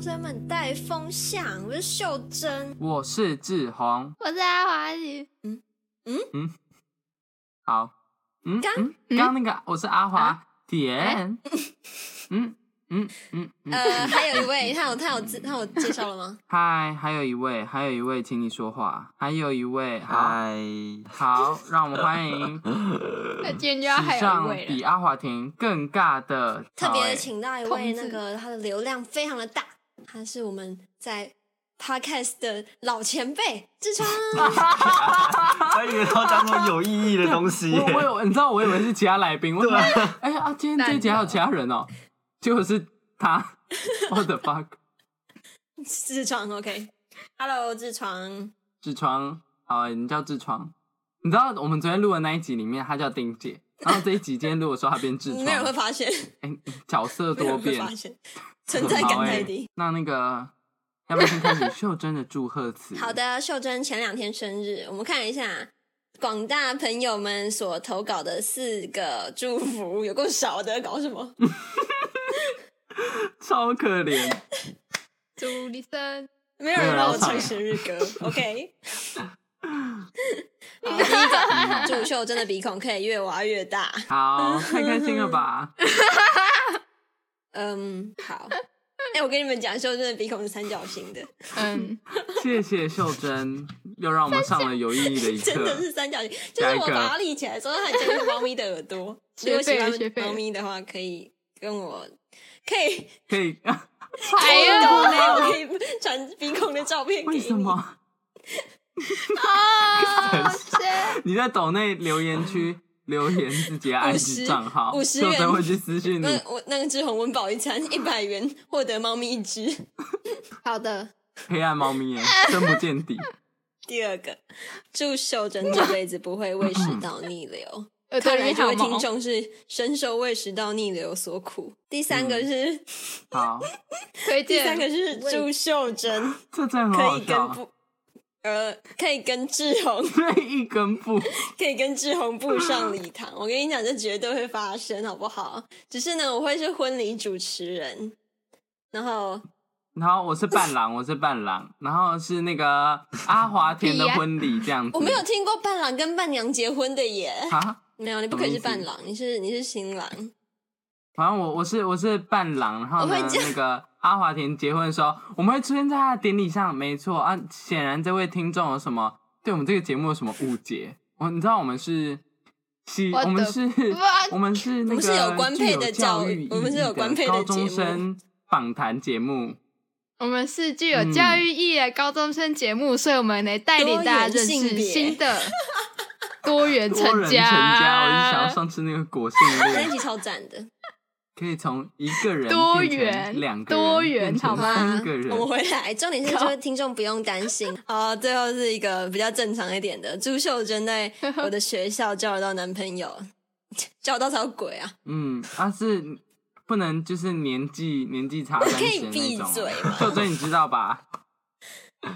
生们带风向，我是秀 珍。我是志宏。我是阿华宇，好，嗯，刚啊哎嗯刚那个我是阿华田。嗯嗯嗯嗯，呃，还有一位，他有他有自他有介绍了 吗？嗨，还有一位，还有一位，请你说话，还有一位，好嗨，好，让我们欢迎那今天就要还史上有一位比了，阿华田更尬的特曹别欸请到一位同那志个他的流量非常的大，他是我们在 podcast 的老前辈志 川。我以为他讲什么有意义的东 西耶我。我有，你知道我以为是其他来宾，我 哎呀、啊，今天这一集还有其他人哦，结果是他，what the fuck，痔疮，OK，Hello，痔疮，痔疮，好，你叫痔疮，你知道我们昨天录的那一集里面，他叫丁姐，然后这一集今天录的时候，他变痔 疮，没有人会哎、发现，角色没有人多会发变，现，存在感太低。那那个，要不要先开始秀珍的祝贺词？好，的，秀珍前两天生日，我们看一下广大朋友们所投稿的四个祝福，有够少的，搞什 么？超可怜，祝你生没有人让我唱生日歌，OK。好第一个，祝秀珍的鼻孔可以越挖越大。好，太开心了 吧？嗯，好。哎、我跟你们讲，秀珍的鼻孔是三角形 的，嗯，谢谢秀珍，又让我们上了有意义的一课，真的是三角形，就下是一我个把它立起来之后，它很像是猫咪的耳 朵。如学果喜废了欢学废了猫咪的话，可以跟我可以可以。哎抖内，呦我可以传鼻孔的照片给为你。什么？啊，谢你在抖内留 言区留言自己的 IG 50账号， 50秀元珍会去私讯那你。我那个志宏温饱一餐一百元，获得猫咪一只。好的，黑暗猫咪耶，深不见底。第二个，祝秀珍这辈子不会胃食道逆 流。耳朵看里来好这位听毛，众是深受胃食道逆流所苦。第三个是，嗯好，推第荐三个是祝秀珍这真的很可好以跟笑。 不。呃，可以跟志宏，对，一根布，可以跟志宏步上礼堂。 我跟你讲，这绝对会发生，好不好？只是呢，我会是婚礼主持人，然后然后我是伴郎，我是伴郎，然后是那个阿华 田的婚礼这样子。我没有听过伴郎跟伴娘结婚的耶。啊，没有，你不可以是什么意伴思郎，你是你是新郎。 反正我我是我是伴郎，然后我呢会这样那个阿华田结婚的时候，我们会出现在他的典礼上，没错啊。显然这位听众有什么对我们这个节目有什么误解？我你知道我们是西， What 我们 the 是 fuck？我们是那我个们是有官配的具有教教育育意义我们是有官配的高中节目生访谈节目，我们是具有教育意义的高中生节目，所以我们来带领大家认多元性识别新的多元多人成成家，我就想要家。上次那个果性 那一恋，集超赞的，可以从一个人多变成元两个人多元变成好吗三个我们回人，来，重点是就是听众不用担 心。好，最后是一个比较正常一点的，朱秀珍在我的学校交得到男朋友， 交到条鬼啊！ 嗯，啊是不能就是年纪年纪差三可以十那闭种嘴啊，吗 秀珍你知道吧？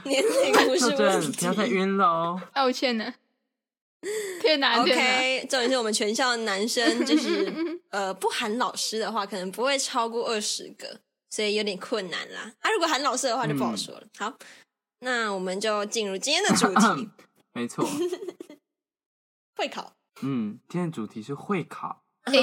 年龄不 秀是珍问不要再题。晕哦喽，道歉呢？天哪，天哪！ OK，重点是我们全校的男生就是呃不喊老师的话，可能不会超过二十个，所以有点困难啦。啊，如果喊老师的话就不好嗯说了。好，那我们就进入今天的主 题没错， ——会考。嗯，今天的主题是会考。哎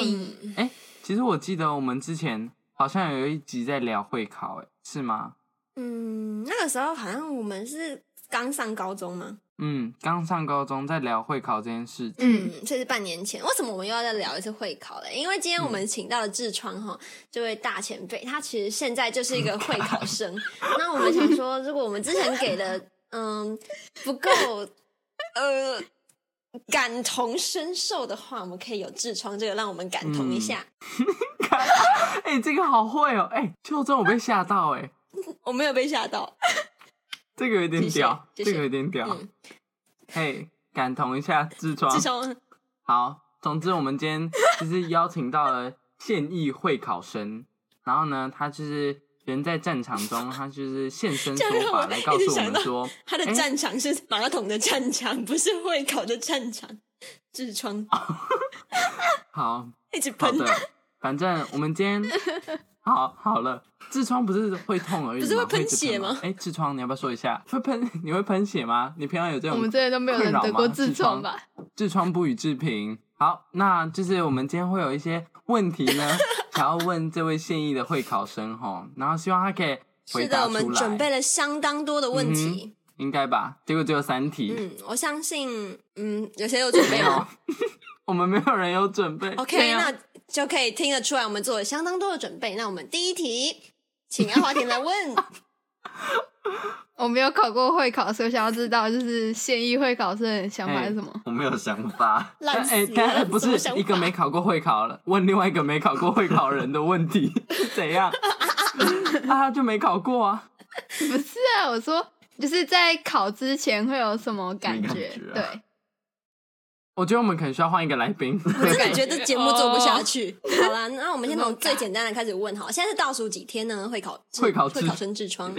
哎、其实我记得我们之前好像有一集在聊会考、哎，是吗？嗯，那个时候好像我们是刚上高中嘛，嗯，刚上高中在聊会考这件事情，嗯，嗯，这是半年前。为什么我们又要再聊一次会考嘞？因为今天我嗯们请到了志川哈，这位大前辈，他其实现在就是一个会考生。那我们想说，如果我们之前给的嗯不够呃感同身受的话，我们可以有痔疮这个让我们感嗯同一下。哎、这个好会哦、哎、就这我被吓到、哎，我没有被吓到，这个有点谢谢屌，谢这谢个有点屌嗯，嘿、感同一下痔疮痔。疮好，总之我们今天 就是邀请到了现役会考生，然后呢，他就是人在战场中，他就是现身这样说让法我来一告直诉我想们到说，他的哎战场是马桶的战场，不是会啊考的战场。痔疮好，一直 好喷的，反正我们今 天好好了。痔疮不是会痛而已吗，不是会喷一直血吗吗？哎、痔疮你要不要说一下？会喷？你会喷血吗？你平常有这种？我们这里都没有人得过痔疮吧？痔疮不予置评。好，那就是我们今天会有一些问题呢， 想要问这位现役的会考生吼，然后希望他可以回是的，答我出来。嗯们准备了相当多的问题。应该吧？结果只有三题，嗯，我相信，嗯，有些有准备没 有 了。，我们没有人有准备。啊 OK，、那就可以听得出来，我们做了相当多的准备。那我们第一题，请阿华田来 问。我没有考过会考，所以我想要知道就是现役会考生的想法是什么。我没有想法，烂死哎，了但哎不什么是想法一个没考过会考了，问另外一个没考过会考人的问 题是怎样？啊，他就没考过啊。 不是啊，我说就是在考之前会有什么感觉？没感觉啊对，我觉得我们可能需要换一个来宾。我真的觉得节目做不下去。好啦，那我们先从最简单的开始问好。现在是倒数几天呢？会考会考会制考生痔 疮，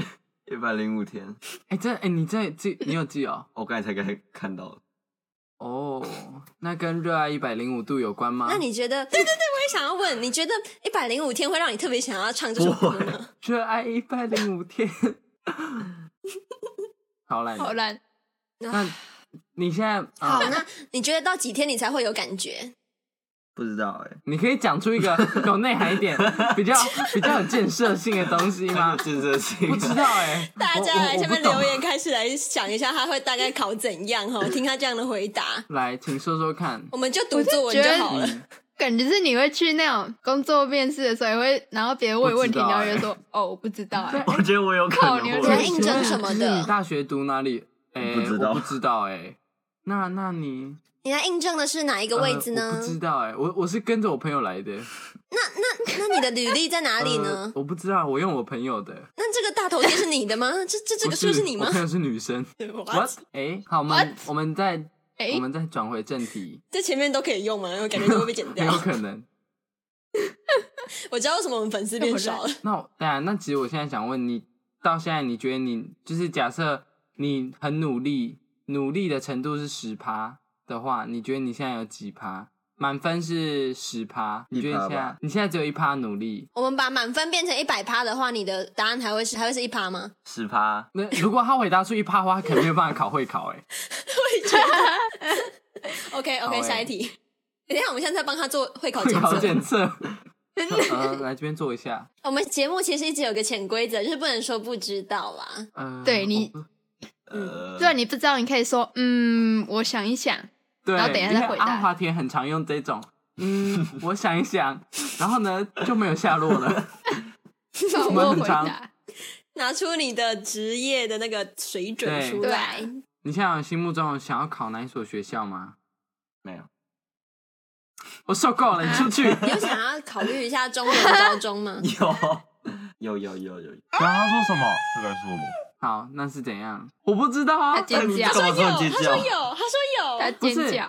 一百零五天， 哎，这哎，你这这你有记哦？我刚才才刚看到，哦，那跟热爱一百零五度有关吗？那你觉得？对对对，我也想要问，你觉得一百零五天会让你特别想要唱这首歌 吗？ 热爱一百零五天，好来，好烂。那你现在啊好，，那你觉得到几天你才会有感觉？不知道哎，你可以讲出 一个有内涵一点、比较比较有建设性的东西蛮吗有？建设性啊不知的。道 哎、我大家来我我下面不懂留言，开始来想一下，他会大概考怎样哈？听他这样的回答，来，请说说看。我们就读作文就好了。感觉是你会去那种工作面试的时候，也会然后别人问问题，不知道然欸后就 说哦，我不知道哎、我觉得我有可靠能你会我们来应征什么的请问你大学读哪里？哎、不知道我不知道哎、那那你你来印证的是哪一个位置呃呢我不？知道哎、我我是跟着我朋友来的。那那你的履历在哪哪里呢？我不知道，我用我朋友的。那这个大头贴是你的吗？这这这不个是不是你吗我朋友是女生。我 What？哎、好，我们 What？我们再哎、我们再转回正题，这前面都可以用吗？我感觉都会被剪很掉有。可能。我知道为什么我们粉丝变少了。那我对啊，那其实我现在想问你，到现在你觉得你就是假设你很努力，努力的程度是十趴的话，你觉得你现在有几趴？满分是十趴，你觉得你现1%在吧你现在只有一趴努力。 我们把满分变成一百趴的话，你的答案还会是还会是一趴吗？十趴，那如果他回答出一趴的话，他肯定没有办法考会考、欸。 OK 好 OK，欸下一题。等一下，我们现在在帮他做会考会检考测。检测，呃，来这边做一下。我们节目其实一直有个潜规则，就是不能说不知道 啦。呃，对你我不呃，虽然啊你不知道，你可以说嗯，我想一想，对，然后等一下你再看回答阿华田很常用这种，嗯， 我想一想，然后呢就没有下落了。 我们很回常答。拿出你的职业的那个水准对出来。你现在有心目中想要考哪一所学校吗？没有，？我受够啊了，你出 去。你有想要考虑一下中文高中吗 有，有有有有，刚刚他说什么？他刚才说什么？好，那是怎样？我不知道啊他。尖叫，干嘛突然尖他说叫？有，他说他有。不是哎尖叫，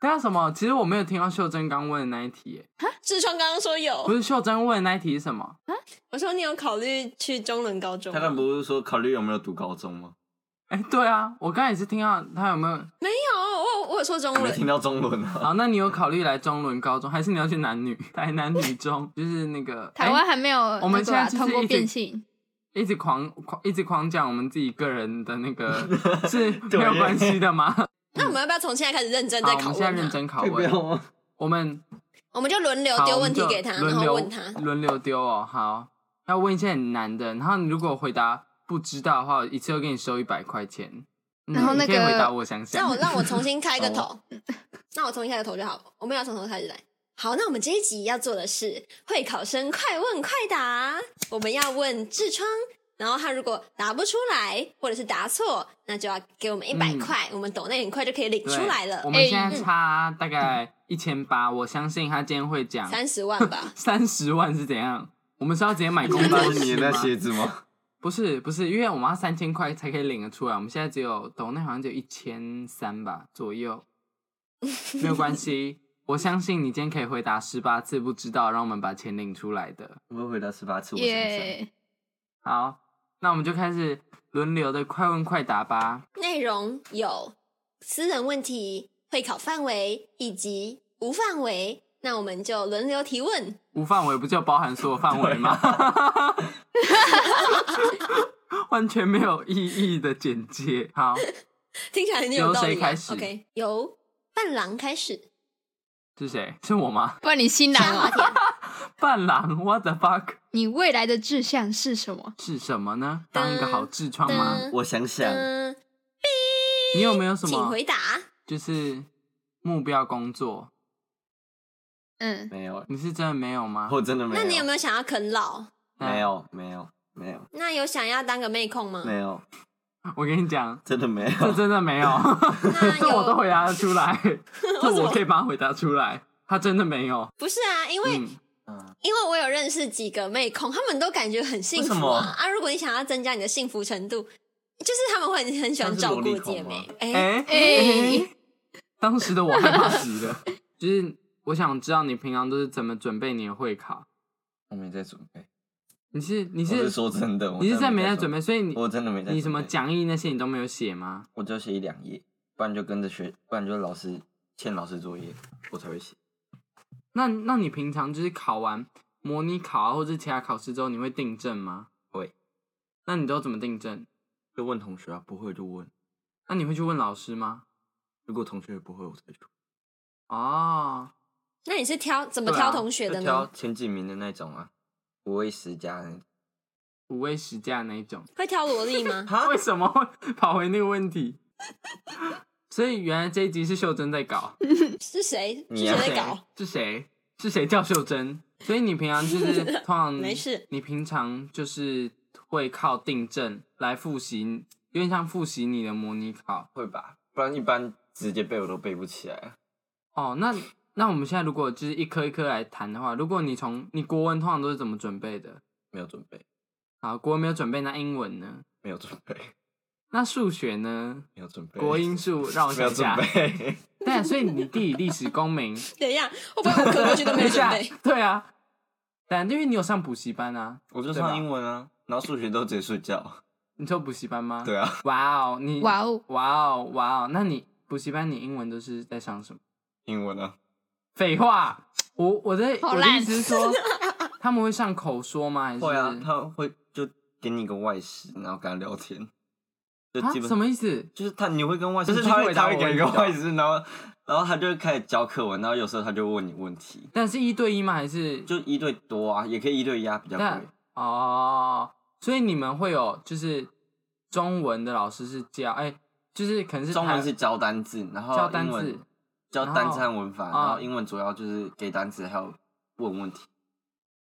等一下什么？其实我没有听到秀珍刚问的那一题耶，志川刚刚说不哦有，是秀珍问的那一题是什么？我说你有考虑去中文高中他吗？刚不是说考虑有没有读高中吗？哎，对啊，我刚才也是听到他有没有？没有，我有我有说中没文。听到中文啊？好，那你有考虑来中伦高中，还是你要去南女 台南女中？就是那个台湾哎还没有我们那个啊现在就是通过一直变性，一直狂狂一直狂讲我们自己个人的那 个是没对有关系的吗？那我们要不要从现在开始认真好，再我考们问现在认他？真考可以不问要，吗？我们我们就轮流好丢我问们题就给他，然轮后流问他。轮流丢哦。好，要问一些很难的，然后你如果回答不知道的话，一次就给你收一百块钱。嗯然后那你可以个回答 我想想，让我让我重新开一个啊头， 那我重新开个头就好。我们要从头开始来。好，那我们这一集要做的是会考生快问快答，我们要问痔疮，然后他如果答不出来或者是答错，那就要给我们一百嗯块，我们抖内很快就可以领对出来了嗯我，们哎现在差大概一千八，我相信他今天会讲。三十万吧三十万是怎样？我们是要直接买公那道是你鞋的吗那？鞋子吗？不是不是，因为我们要三千块才可以领得出来，我们现在只有抖内好像只有一千三吧左右，没有关 系，我相信你今天可以回答十八次不知道，让我们把钱领出来的。我会回答十八次，我想想。耶！好，那我们就开始轮流的快问快答吧。内容有私人问题、会考范围以及无范围那我们就轮流提问。无范围不就包含所有范围吗？ 完全没有意义的简介。好，听起来很有道理啊。由谁开始 o k 由伴郎开始。是谁？是我吗？不然你新郎 哦，伴郎，What the fuck 你未来的志向是什么？是什么呢？当一个好痔疮吗？噔我想想，嗯，你有没有什请么回答。就是目标工作？嗯，没有，你是真的没有吗？我真的没有。那你有没有想要啃老？啊没有，没有，没有，那有想要当个妹控吗？没有，我跟你讲，真的没这有。 真的没有，那这我都 有回答得 出来，这我可以帮他回答出来。他真的没有，不是啊？因为、嗯，嗯因为我有认识几个妹控，她们都感觉很幸为什福么啊啊！如果你想要增加你的幸福程度，就是她们会很很喜欢照顾姐啊妹。哎、哎、哎当时的我害怕极了，就是我想知道你平常都是怎么准备你的会考，我没在准备。你是你我是是说真的，我你是真的没在在准备，，所以你我真的没在准备。你什么讲义那些你都没有写吗？我就写一两页，不然就跟着学，不然就老师欠老师作业，我才会写。那那你平常就是考完模拟考啊，或者其他考试之后，你会订正吗？会。那你都怎么订正？就问同学啊，不会就问。那你会去问老师吗？如果同学不会，我才去。哦，那你是挑怎么对啊挑同学的就呢？挑前几名的那种啊，五位十佳的那种。五味十佳那一种。会挑萝莉吗？为什么会跑回那个问题？ 所以原来这一集是秀珍在搞，是谁？是你谁啊在谁 搞？是谁？是谁叫秀珍？所以你平常就是 通常没事，你平常就是会靠订正来复习，有点像复习你的模拟考会吧，不然一般直接背我都背不起来。啊哦。那那我们现在如果就是一颗一颗来谈的话，如果你从你国文通常都是怎么准备的？没有准备，好，国文没有准备，那英文呢？没有准备， 那数学呢？没有准备。国英 数让我没想有一准下，备， 对，啊所以你地理、历史、公 民等一下，会不会我磕过去都没有准等一备下？ 对啊，但因为你有上补习班啊，我就对吧上英文啊，然后数学都直接睡觉。你说补习班吗？对。啊，哇哦，你哇哦，哇哦哇哦，那你补习班你英文都是在上什么？英文啊，废话，我我的好我的烂意思是 说，他们会上口说吗？还是会啊，他会就给你一个外师，然后跟他聊天，就啊基本什么意思？就是他你会跟外师，你就是继续他会回答他会我给我一个知道外师，然后然后他就会开始教课文，然后有时候他就问你问题，但是一对一吗？还是就一对多啊，也可以一对一啊，比较那贵。哦，所以你们会有就是中文的老师是教哎、就是可能是中台文是教单字，然后教单英文字哦教单字和文法，然后然后英文主要就是给单字还有问问题。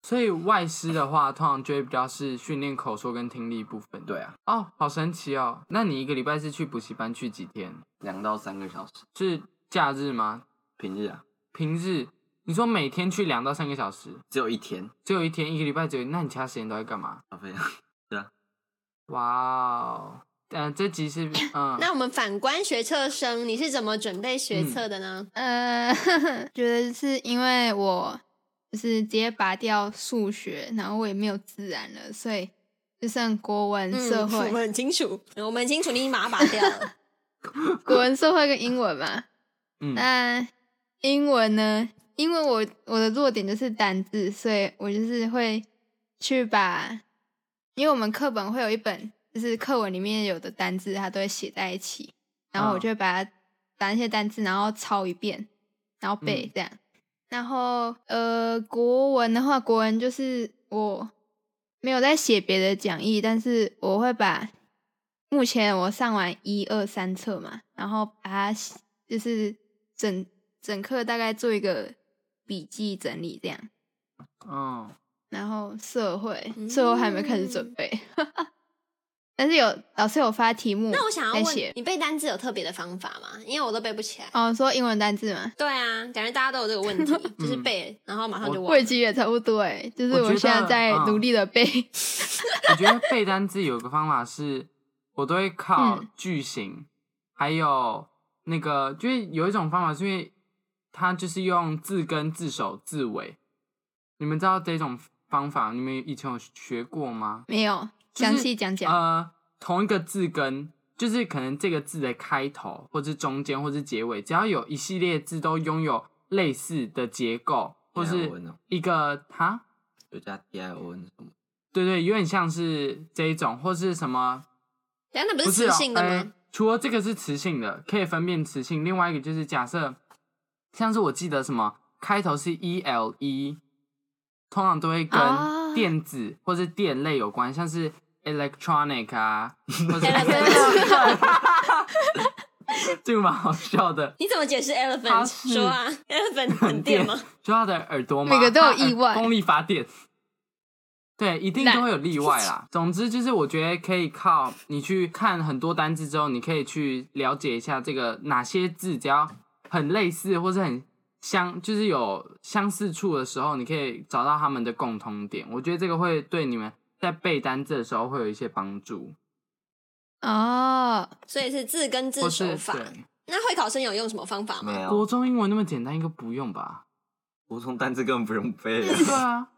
所以外师的话，通常就会比较是训练口说跟听力部分。对啊，哦，好神奇哦！那你一个礼拜是去补习班去几天？两到三个小时，是假日吗？平日啊，平日？你说每天去两到三个小时，只有一天，只有一天，一个礼拜只有，那你其他时间都在干嘛？小费啊。哇哦！呃，这集是嗯，那我们反观学测生，你是怎么准备学测的呢？呃， 觉得是因为我就是直接拔掉数学，然后我也没有自然了，所以就剩国文、嗯社嗯我们会、很清楚，嗯我们很清楚你已经把它拔掉了。国文、社会跟英文 嘛。嗯那英文呢？因为我我的弱点就是单字，所以我就是会去把，因为我们课本会有一本，就是课文里面有的单字，它都会写在一起，然后我嗯就会把它把那些单字，然后抄一遍，然后背嗯这样。然后呃，国文的话，国文就是我没有在写别的讲义，但是我会把目前我上完一二三册嘛，然后把它写就是整整课大概做一个笔记整理这样。嗯，然后社会，社会还没开始准备， 但是有老师有发题嗯目，那我想要在问写，你背单字有特别的方法吗？因为我都背不起来。哦，说英文单字嘛，对啊，感觉大家都有这个问 题，就是嗯背，然后马上就忘我已了。经也差不多哎，就是我觉我得现在在嗯努力的背，我觉得背单字有个方法是，我都会靠嗯句型，还有那个就是有一种方法，是因为它就是用字根、字首、字尾。你们知道这种方法，你们以前有学过吗？没有就是详细讲讲，呃，同一个字根，就是可能这个字的开头，或是中间，或是结尾，只要有一系列字都拥有类似的结构，或 D I 是 O N 哦一个哈，有加 D I O N 什么？对对，有点像是这一种，或是什么等一下那不不是是雌哦性的哎吗？除了这个是雌性的，可以分辨雌性，另外一个就是假设，像是我记得什么开头是 E L E，通常都会啊跟电子或是电类有关，像是 electronic 啊，或者 这个蛮好笑的。你怎么解释它 elephant？是说啊，elephant 很电吗？？就他的耳朵吗？每个都有它耳意外风力发电。对，一定那都会有例外啦。总之就是，我觉得可以靠你去看很多单字之后，你可以去了解一下这个哪些字只要很类似或是很相，就是有相似处的时候，你可以找到他们的共通点。我觉得这个会对你们在背单字的时候会有一些帮助，啊哦，所以是字根字或手是法。对。那会考生有用什么方法吗？没有国，中英文那么简单，应该不用吧？国中单字根本不用背了。对啊，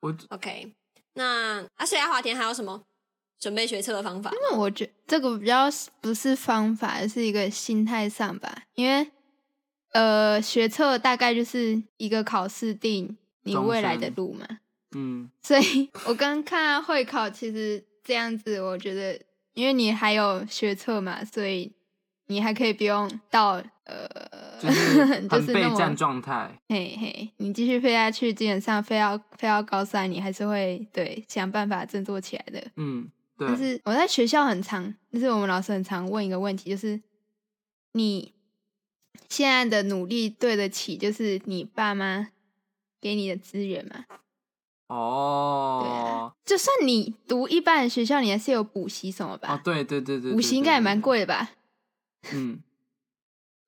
我 OK，那啊，所以阿华田还有什么准备学测的方法？那我觉这个比较是不是方法，而是一个心态上吧，因为呃，学测大概就是一个考试定你终未来的身路嘛，嗯，所以我刚看到会考，其实这样子，我觉得因为你还有学测嘛，所以你还可以不用到呃，就是 就很是备那战么状态。嘿嘿，你继续飞下去，基本上飞到飞到高三，你还是会对想办法振作起来的。嗯，但对，是我在学校很常，就是我们老师很常问一个问题，就是你现在的努力对得起，就是你爸妈给你的资源吗？哦，就算你读一般的学校，你还是有补习什么吧？哦，对对对对，补啊习应该也蛮贵。贵的吧？嗯，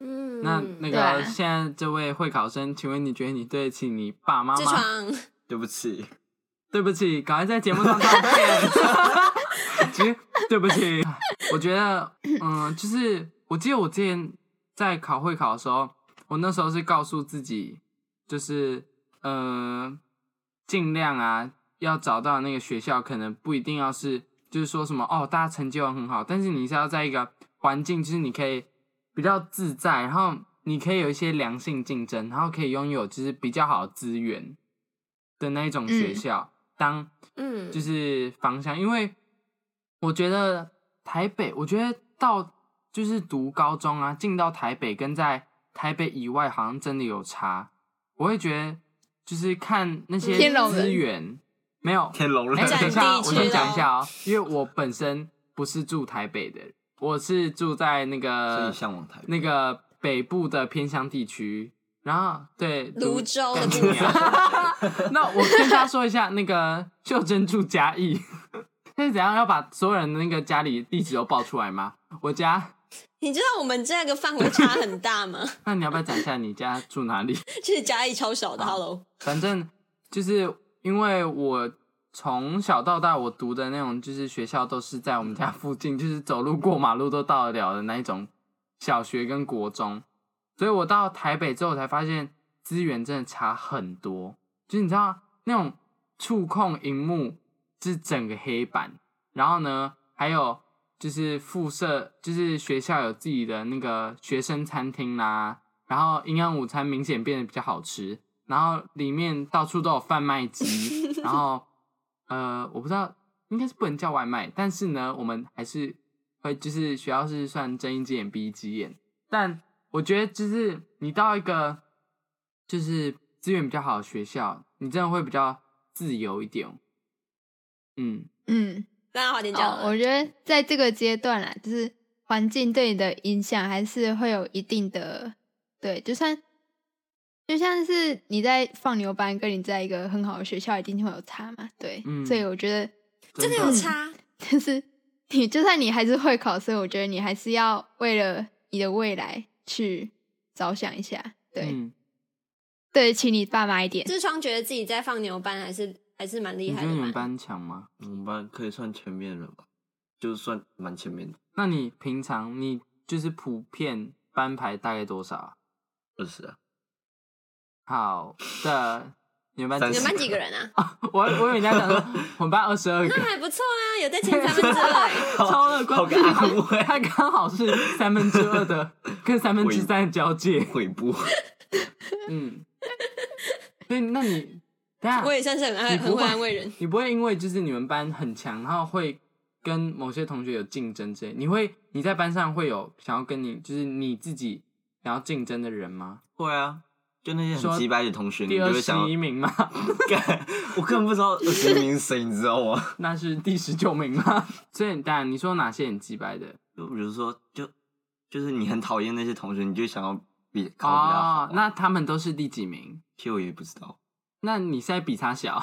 嗯，那那对啊个现在这位会考生，请问你觉得你对得起你爸妈痔吗？疮，对不起，对不起，赶快在节目上道歉。其实对不起，我觉得，嗯，就是我记得我之前在考会考的时候，我那时候是告诉自己，就是呃，尽量啊，要找到那个学校，可能不一定要是，就是说什么哦，大家成绩都很好，但是你是要在一个环境，就是你可以比较自在，然后你可以有一些良性竞争，然后可以拥有就是比较好的资源的那一种学嗯校，当嗯，就是方向，因为我觉得台北，我觉得到就是读高中啊，进到台北跟在台北以外，好像真的有差。我会觉得就是看那些天龙人资源没有，天龙哎、人。占等一下啊，地我区先讲咯一下啊、因为我本身不是住台北的人，我是住在那所以个向往台北那个北部的偏乡地区，然后对泸州的干部你娘 那我跟大家说一下，那个秀珍住嘉义，现在怎样要把所有人的那个家里地址都报出来吗？我家，你知道我们这个范围差很大吗？ 那你要不要讲一下你家住哪里？其实嘉义超啊小的，Hello，反正就是因为我从小到大我读的那种就是学校都是在我们家附近，就是走路过马路都到得了的那一种小学跟国中，所以我到台北之后才发现资源真的差很多，就是你知道那种触控荧幕是整个黑板，然后呢还有。就是附设，就是学校有自己的那个学生餐厅啦、然后营养午餐明显变得比较好吃，然后里面到处都有贩卖机，然后呃，我不知道应该是不能叫外卖，但是呢，我们还是会就是学校是算睁一只眼闭一只眼，但我觉得就是你到一个就是资源比较好的学校，你真的会比较自由一点，嗯，嗯，让阿华田讲哦，了。我觉得在这个阶段啦，就是环境对你的影响还是会有一定的，对，就算就像是你在放牛班，跟你在一个很好的学校，一定会有差嘛，对，嗯所以我觉得 真的有差，就是你就算你还是会考生，我觉得你还是要为了你的未来去着想一下，对，嗯，对得起你爸妈一点，痔疮觉得自己在放牛班还是还是蛮厉你害觉的得你们吧。班强吗？我们班可以算前面了吧？就算蛮前面的，那你平常你就是普遍班排大概多少啊？二十 啊。好的，你们班三你几们个班几个人啊？我我以为你要 讲说我们班二十二个那，还不错啊，有在前三分之二 欸。超乐观，好个安慰他刚好是三分之二的跟三分之三的交界，悔不？嗯，所以那你等一下我也算是很爱你很不会会安慰 人。你不会因为就是你们班很强，然后会跟某些同学有竞争之类，你会你在班上会有想要跟你就是你自己想要竞争的人吗？会啊，就那些说很鸡掰的同学，你第就二会十想要一名吗？ 干，我根本不知道二十一名是谁，你知道 吗？那是第十九名吗？ 所以当然你说哪些很鸡掰的就比如说，就就是你很讨厌那些同学，你就想要比考得比他好哦啊。，那他们都是第几名？其实我也不知道，那你现在比他小，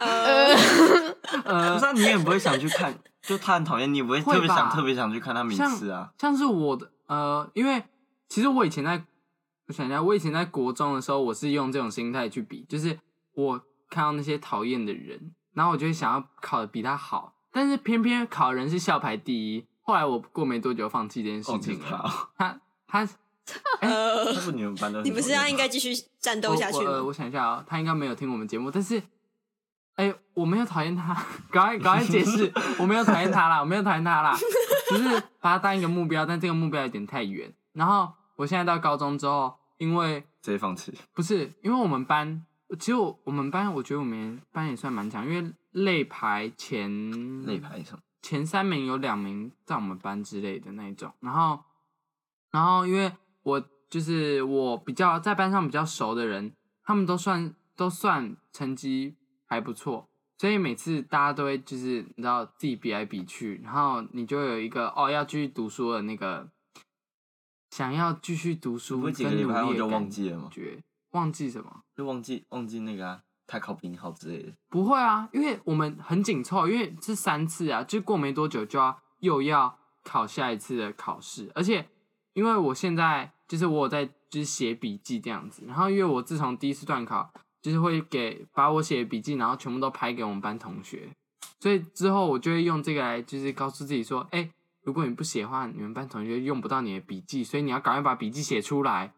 呃，呃，不呃是，啊你也 不会想去看，就他很讨厌你，也不会会特别想吧特别想去看他名像次啊。 像是我的呃，因为其实我以前在，我想一下，我以前在国中的时候，我是用这种心态去比，就是我看到那些讨厌的人，然后我就会想要考的比他好，但是偏偏考人是校排第一。后来我过没多久放弃这件事哦，就是情他了。哦， 他他 呃他不你们班都很你不是讨厌要应吗该继续战我斗下去我、呃吗？我想一下啊、他应该没有听我们节目，但是，哎、我没有讨厌他，赶快赶快解释，我没有讨厌他啦，我没有讨厌他啦，只是把他当一个目标，但这个目标有点太远。然后我现在到高中之后，因为直接放弃？不是因为我们班，其实我我们班，我觉得我们班也算蛮强，因为类排前累排什么？前三名有两名在我们班之类的那一种，然后，然后因为我就是我比较在班上比较熟的人，他们都算都算成绩还不错，所以每次大家都会就是你知道自己比来比去，然后你就有一个哦要继续读书的那个想要继续读书你不会几个跟礼努拜后力就的忘感记了吗？觉，忘记什么？就忘记忘记那个啊，他考比你好之类的。不会啊，因为我们很紧凑，因为是三次啊，就过没多久就要又要考下一次的考试，而且因为我现在就是我有在就是写笔记这样子，然后因为我自从第一次段考，就是会给把我写的笔记，然后全部都拍给我们班同学，所以之后我就会用这个来就是告诉自己说，哎、如果你不写的话，你们班同学用不到你的笔记，所以你要赶快把笔记写出来，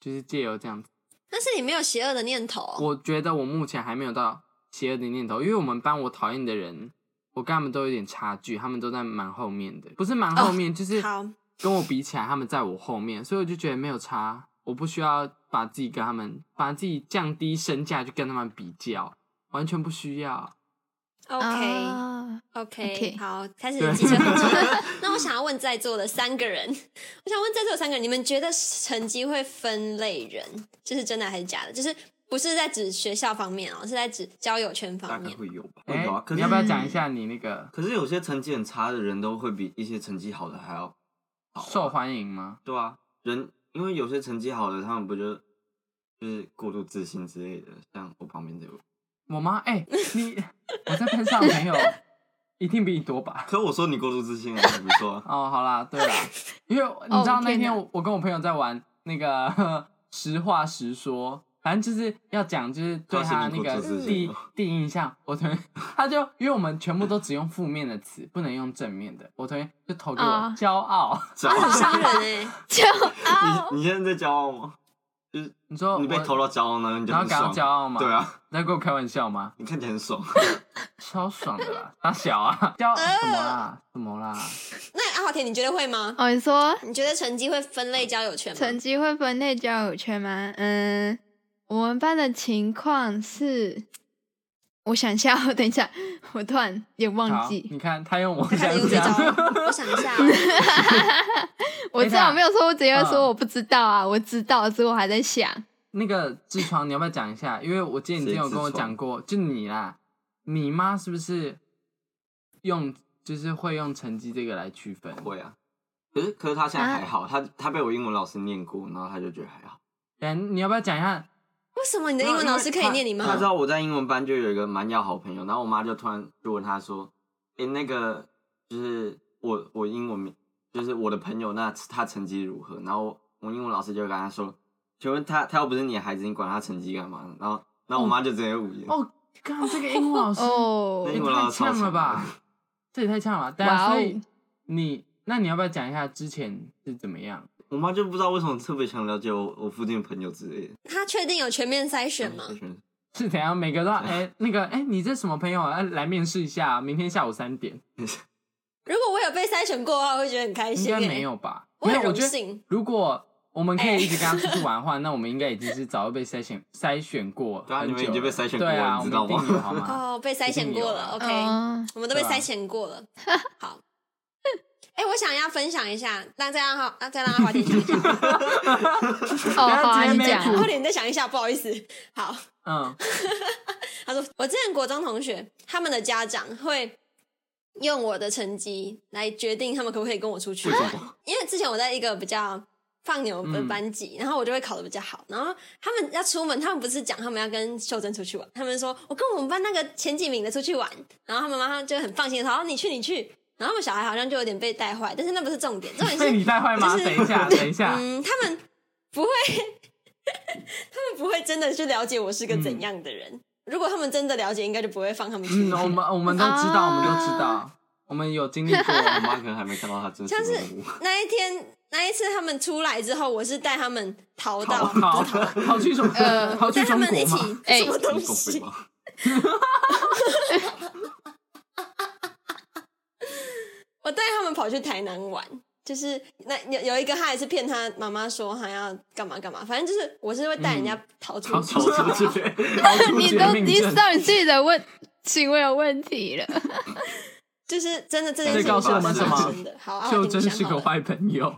就是借由这样子。但是你没有邪恶的念头哦，我觉得我目前还没有到邪恶的念头，因为我们班我讨厌的人，我跟他们都有点差距，他们都在蛮后面的，不是蛮后面，就是好跟我比起来，他们在我后面，所以我就觉得没有差，我不需要把自己跟他们，把自己降低身价去跟他们比较，完全不需要。 ，OK 啊 OK， OK 好，开始对机车很 车。那我想要问在座的三个人，我想问在座的三个人，你们觉得成绩会分类人，这是真的还是假的？就是不是在指学校方面哦，是在指交友圈大方概面。会有吧，会哎、有啊。可你是要不要讲一下你那个可是有些成绩很差的人都会比一些成绩好的还要好啊、受欢迎吗？对啊，人因为有些成绩好的，他们不就就是过度自信之类的。像我旁边这位，我吗？哎、你 我在班上没有，一定比你多吧？可我说你过度自信啊，你说、啊， 哦，好啦，对啦，因为你知道那天天哪我我跟我朋友在玩那个 呵实话实说，反正就是要讲就是对他是哦他民那国个自治第者第一印象，我同学他就因为我们全部都只用负面的词，不能用正面的，我同学就投给我啊骄傲，骄啊，很傲。伤欸人哎、骄傲，你你现在在骄傲吗？你说你被哦我投到骄傲呢，你就然后很感到爽。骄傲吗？对，啊，你在跟我开玩笑吗？你看起来很爽。超爽的啦，大小啊， 骄傲什么啦，什么啦，那阿华田，你觉得会吗？哦，你说你觉得成绩会分类交友圈吗？成绩会分类交友圈吗？嗯，我们班的情况是，我想一下，我等一下，我突然也忘好，记，你看他用我这看样你用这招讲，哦，我想一下哦、我等一知道下我没有说，我只会说嗯我不知道啊，我知道，只是我还在想，那个痔疮，你要不要讲一下？因为我记得你之前有跟我讲过，就你啦，你妈是不是用就是会用成绩这个来区分？会啊，可是可是他现啊在还好，他他被我英文老师念过，然后他就觉得还好。但你要不要讲一下？为什么你的英文老师可以念你他吗知？道我在英文班就有一个蛮要好朋友，然后我妈就突然就问他说：“诶、那个就是我我英文名就是我的朋友，那他成绩如何？”然后我英文老师就跟他说：“请问他他又不是你的孩子，你管他成绩干嘛？”然后然后我妈就直接无嗯言。哦，刚刚这个英文老师 哦也英文老太师超呛了吧强！这也太呛了吧！对哇啊，哦所以你那你要不要讲一下之前是怎么样？我妈就不知道为什么特别想了解我我附近的朋友之类的。他确定有全面筛选吗？是怎样？每个都 要哎、那个哎、你这什么朋友啊？来面试一下，明天下午三点。如果我有被筛选过的话，我会觉得很开应心、该欸。没有吧？我没很有，我荣觉得幸如果我们可以一直跟他出去玩的话，那我们应该已经是早就被筛选筛选过很久对啊了，你们已经被筛选过对啊，了我们你知道一吗定有好吗？哦，被筛选过了一，OK，、嗯我们都被对啊筛选过了。好，哎、我想要分享一下，让再让他，让再让他花点想一下，哦，好啊，今天你没讲主花点再想一下，不好意思。好，嗯，他说我之前国中同学他们的家长会。用我的成绩来决定他们可不可以跟我出去为玩什，么？ 因为之前我在一个比较放牛的嗯班级，然后我就会考的比较好。然后他们要出门，他们不是讲他们要跟秀珍出去玩，他们说我跟我们班那个前几名的出去玩，然后他们妈妈就很放心的说好你去你去。然后他们小孩好像就有点被带坏，但是那不是重点，重点被是你带坏吗？就是等一下，等一下，嗯，他们不会， 他们不会真的去了解我是个怎样的人。如果他们真的了解，应该就不会放他们出去嗯，我们我们都知道，我们都知道，我们有经历过。我妈可能还没看到她真实像是的我。那一天，那一次他们出来之后，我是带他们逃到，好不是逃到，逃去什么？呃逃去带他中们一国起吗？哎什么东你西懂？吗？我带他们跑去台南玩，就是那有有一个他还是骗他妈妈说他要干嘛干嘛，反正就是我是会带人家逃出嗯逃去逃的，出去，逃出你绝都命你知镇。道你自己的问行为有问题了。 就是真的这件事这情告诉我们是发什么生的。好，啊、就我已经真想是好个了，坏朋友，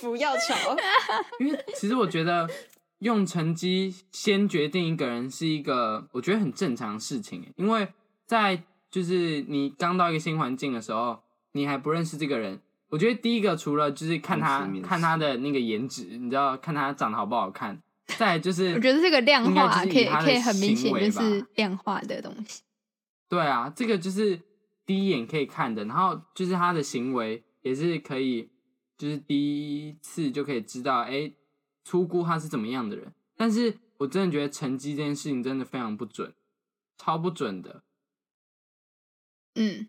不要吵。 因为其实我觉得用成绩先决定一个人是一个我觉得很正常的事情，欸因为在就是你刚到一个新环境的时候，你还不认识这个人。我觉得第一个除了就是看他面试面试看他的那个颜值，你知道看他长得好不好看，再来就是我觉得这个量化啊应该就可是以以他的可以很明显行为就吧是量化的东西。对啊，这个就是第一眼可以看的，然后就是他的行为也是可以，就是第一次就可以知道，哎，出估他是怎么样的人。但是我真的觉得成绩这件事情真的非常不准，超不准的。嗯，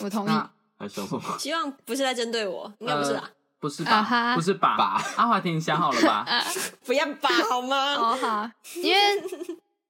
我同意。那呃 还笑什么？希望不是在针对我，嗯应该不是啦，不是啊吧？哈不是吧？吧阿华田，你想好了吧？啊，不要吧，好吗？哦好， 因为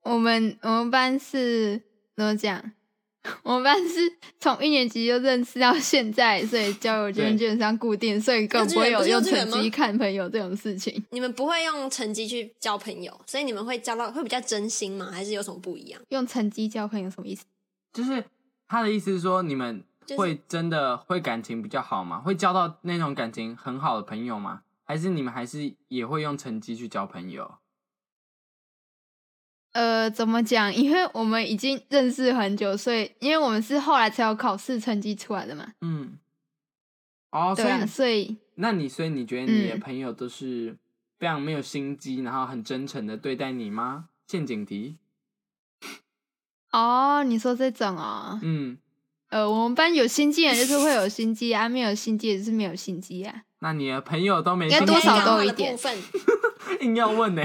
我们我们班是怎么讲？ 我们班是从一年级就认识到现在，所以交友对圈基本上固定，所以更不会幼有稚园用不是幼稚园成绩吗看朋友这种事情。你们不会用成绩去交朋友，所以你们会交到会比较真心吗？还是有什么不一样？用成绩交朋友什么意思？就是他的意思是说，你们就是会真的会感情比较好吗？会交到那种感情很好的朋友吗？还是你们还是也会用成绩去交朋友？呃，怎么讲？因为我们已经认识很久，所以因为我们是后来才有考试成绩出来的嘛，嗯，哦，所对以啊，所以那你所以你觉得你的嗯朋友都是非常没有心机，然后很真诚的对待你吗？陷阱题，哦，你说这种哦，嗯，呃，我们班有心机的啊人就是会有心机啊，没有心机的就是没有心机啊。那你的朋友都没应该心多机少吗都有有一点部分，硬要问呢、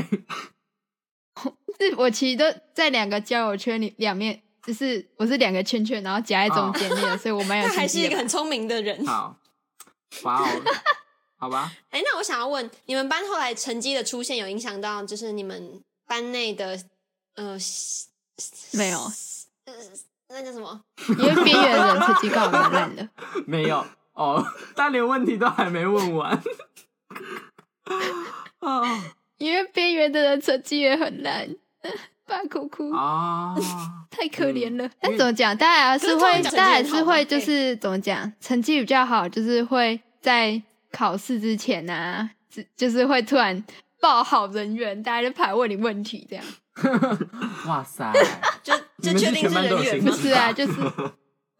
是我其实都在两个交友圈里两面，就是我是两个圈圈，然后夹在中间那个，所以我 蛮有他哦还心是机一的个吧。很聪明的人。好，哇哦，好吧，哎、那我想要问，你们班后来成绩的出现有影响到，就是你们班内的呃，没有，呃那叫什么？因为边缘的人成绩刚好蛮烂的。没有哦，他连问题都还没问完，哦因为边缘的人成绩也很烂， 爸哭哭，哦，太可怜了。因但为怎么讲，大家还可是是通会，常成绩大家还很好是吧会，哎就是怎么讲，成绩比较好，就是会在考试之前啊，只就是会突然爆好人缘，大家就排问你问题这样。哇塞，就你就们确是定全班都人有缘心吗 不机是啊，就是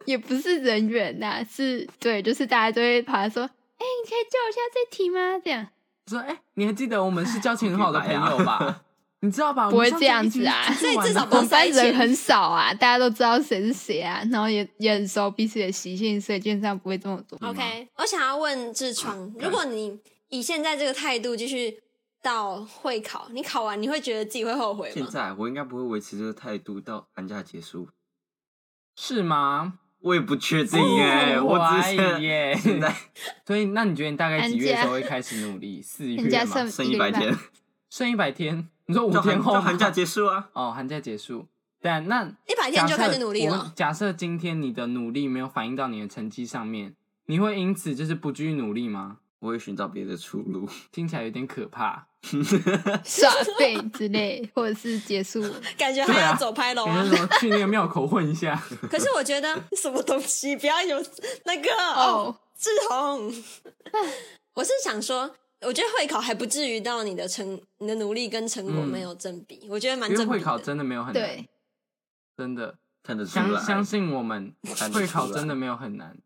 也不是人缘呐、是对，就是大家都会跑来说，哎、你可以教我一下这题吗？这样说哎、你还记得我们是交情很好的朋友吧？你知道吧？不会我们这样上次一起子啊出去所以玩至的少不我要们班塞钱人很少啊，大家都知道谁是谁啊，然后也也很熟彼此的习性，所以基本上不会这么 做。 ？OK，我想要问痔疮，嗯如果你以现在这个态度继续到会考，你考完你会觉得自己会后悔现吗？在我应该不会维持这个态度到寒假结束，是吗？我也不确定耶，不我只怀疑耶是 现在所以，那你觉得你大概几月寒假的时候会开始 努力？四人月家吗剩？剩一一个百礼拜天，剩一百天，你说五就天寒后就吗寒假结束啊。哦，寒假结束。但那一百天就开始努力假设了我。假设今天你的努力没有反映到你的成绩上面，你会因此就是不继续努力吗？我会寻找别的出路。听起来有点可怕，耍废之类，或者是结束我。感觉对还啊要走拍楼感啊觉。怎么去那个庙口混一下？可是我觉得什么东西不要有那个哦，哦，志宏， 我是想说，我觉得会考还不至于到你的成你的努力跟成果嗯没有正比，我觉得蛮因为正会比考的。真的没有很难，哦对，真的看得出相来，相信我们 看得会出考来真的没有很难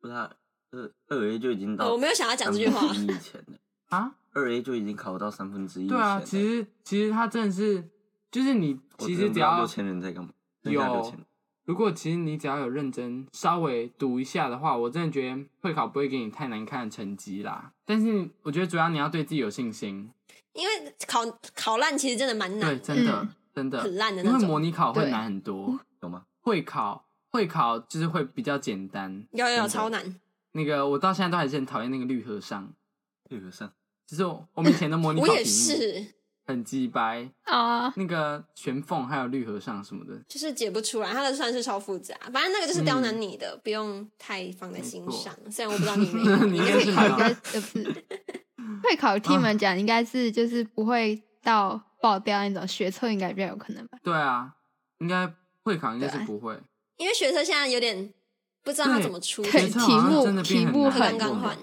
不是啊二二 A 就已经呃到，我没有想要讲这句话， 以前了，啊。二 A 就已经考到三分之一以前对了。啊，其实其实他真的是，就是你我其实只真的不知道要六千人在干嘛，剩下六有千人，如果其实你只要有认真稍微读一下的话，我真的觉得会考不会给你太难看的成绩啦。但是我觉得主要你要对自己有信心，因为考考烂其实真的蛮对，难，真的、嗯真的很烂的那因为种哦模拟考会对难很多，有吗？会考会考就是会比较简单。有有有真的超难。那个我到现在都还是很讨厌那个绿和尚，六和尚，就是我我们以前的模拟 我考题目也是，很鸡掰，啊、那个玄凤还有绿和尚什么的，就是解不出来，它的算是超复杂。反正那个就是刁难你的，不用太放在心上。虽然我不知 道你嗯没有，你应该会是啊没考应该有呃 不是，会考听你们讲应该是就是不会到爆掉那种，学测应该比较有可能吧。对啊，应该会考应该对是啊不会。因为学车现在有点不知道它怎么出，对学测题好像目真的变题很目难它很刚刚换，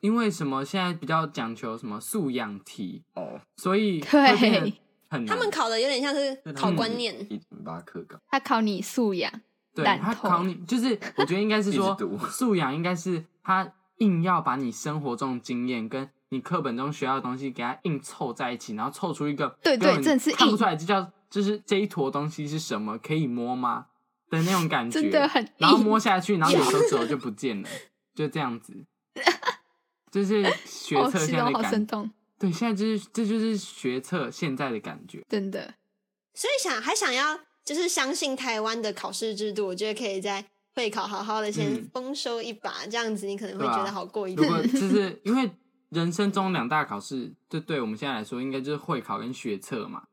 因为什么？现在比较讲求什么素养题哦，所 以对会变得很难。他们考的有点像是考观念，嗯一零八课纲，他考你素养，对懒他头考你，就是我觉得应该 是一说直读素养，应该是他硬要把你生活中的经验跟你课本中学到的东西给它硬凑在一起，然后凑出一个对对根本真的是硬看不出来，这叫就是这一坨东西是什么，可以摸吗的那种感觉，真的很硬哦然后摸下去，然后你 手指头就不见了，就这样子，就是学哦，测是现哦在，的好感生觉。动，对，现在就是这就是学测现在的感觉。真的。所以想还想要就是相信台湾的考试制度，我觉得可以在会考好好的先嗯丰收一把，这样子你可能会对啊觉得好过一如点。果就是因为人生中两大考试，就对我们现在来说，应该就是会考跟学测嘛。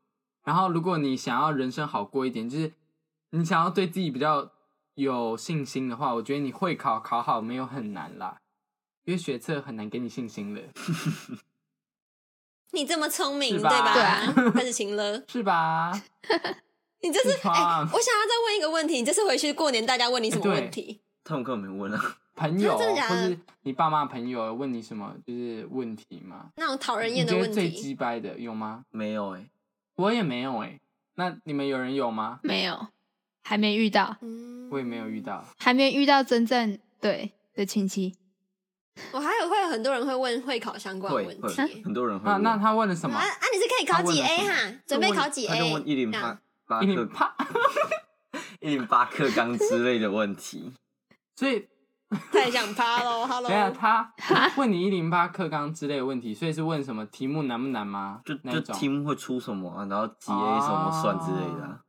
然后，如果你想要人生好过一点，就是你想要对自己比较有信心的话，我觉得你会考考好没有很难啦，因为学测很难给你信心的， 你这么聪明，是对吧吧？对啊 开始晴了。是吧？你这次是吧哎、我想要再问一个问题，你这次回去过年大家问你什么哎对问题？他们根本没问啊，朋友真的假或的是你爸妈朋友问你什么就是问题吗？那种讨人你厌的觉得问最题，鸡掰的有吗？没有哎，我也没有哎、那你们有人有吗？没有，还没遇到，嗯我也没有遇。到。还没遇到真正对的亲戚。我还有会有很多人会问会考相关的会问会题。很多人会那问。那他问了什么啊？啊！你是可以考几他 A 问了哈？准备考几他 A？就问一零这样八八一零课八， 一零八课纲之类的问题，所以太想趴 喽等一下，Hello！他问你一零八课纲之类的问题，所以是问什么题目难不难吗？就那一就种题目会出什么啊，然后几 A 什么算之类的啊。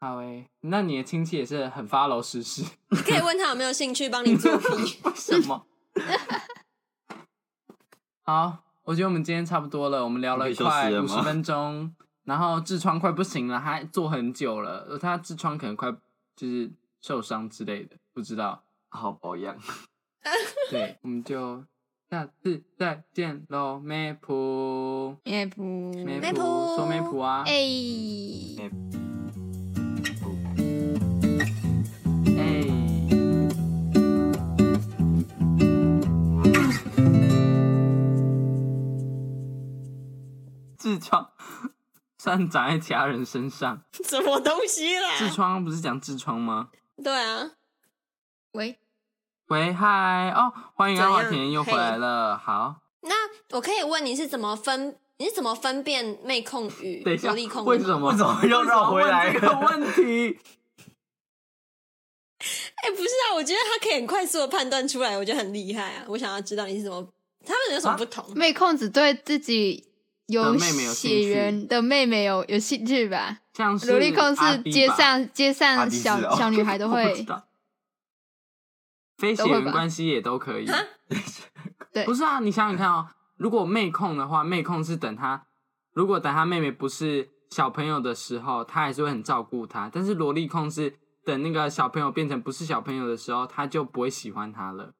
好诶，那你的亲戚也是很 follow 时事，你可以问他有没有兴趣帮你 做题。为什么？好，我觉得我们今天差不多了，我们聊了你可以快休息了五吗十分钟，然后痔疮快不行了，他坐很久了，他痔疮可能快就是受伤之类的，不知道。好保 养， 对，我们就下次再见喽，妹普。也不梅梅普普说梅普啊，哎，哎痔疮算长在其他人身上，什么东西啦？痔疮不是讲痔疮吗？对啊，喂，喂嗨哦，欢迎阿怎华样田又回来了，好，那我可以问你是怎么分？你是怎么分辨妹控与等一下萝莉控，的？为什么为什么又绕回来为什么问这个问题？哎、不是啊，我觉得他可以很快速的判断出来，我觉得很厉害啊。我想要知道你是怎么，他们有什么不啊同？妹控只对自己的有妹妹有兴血趣缘的妹妹有有兴趣吧？像是萝莉控阿是迪街吧上街阿上迪是小、哦小女 孩都我不知会，道，非血都会缘吧关系也都可啊以。对不是啊，你想想看哦，如果妹控的话，妹控是等她，如果等她妹妹不是小朋友的时候，她还是会很照顾她；但是萝莉控是等那个小朋友变成不是小朋友的时候，她就不会喜欢她了。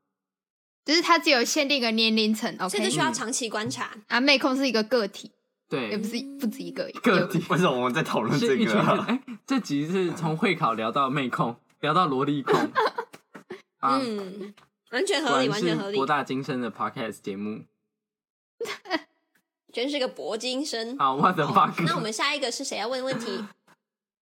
就是它只有限定一个年龄层所以这，OK 需要长期观察。嗯啊，妹控是一个个体，也对不，是不止一个个有体 为什么我们在讨论是这一群个、人。啊？哎、这集是从会考聊到妹控，聊到萝 莉控。啊，嗯，完全果合理，然完全是合理博，大精深的 podcast 节目。全是个铂金生。啊，what the 那我 fuck？们下一个是谁要问问题？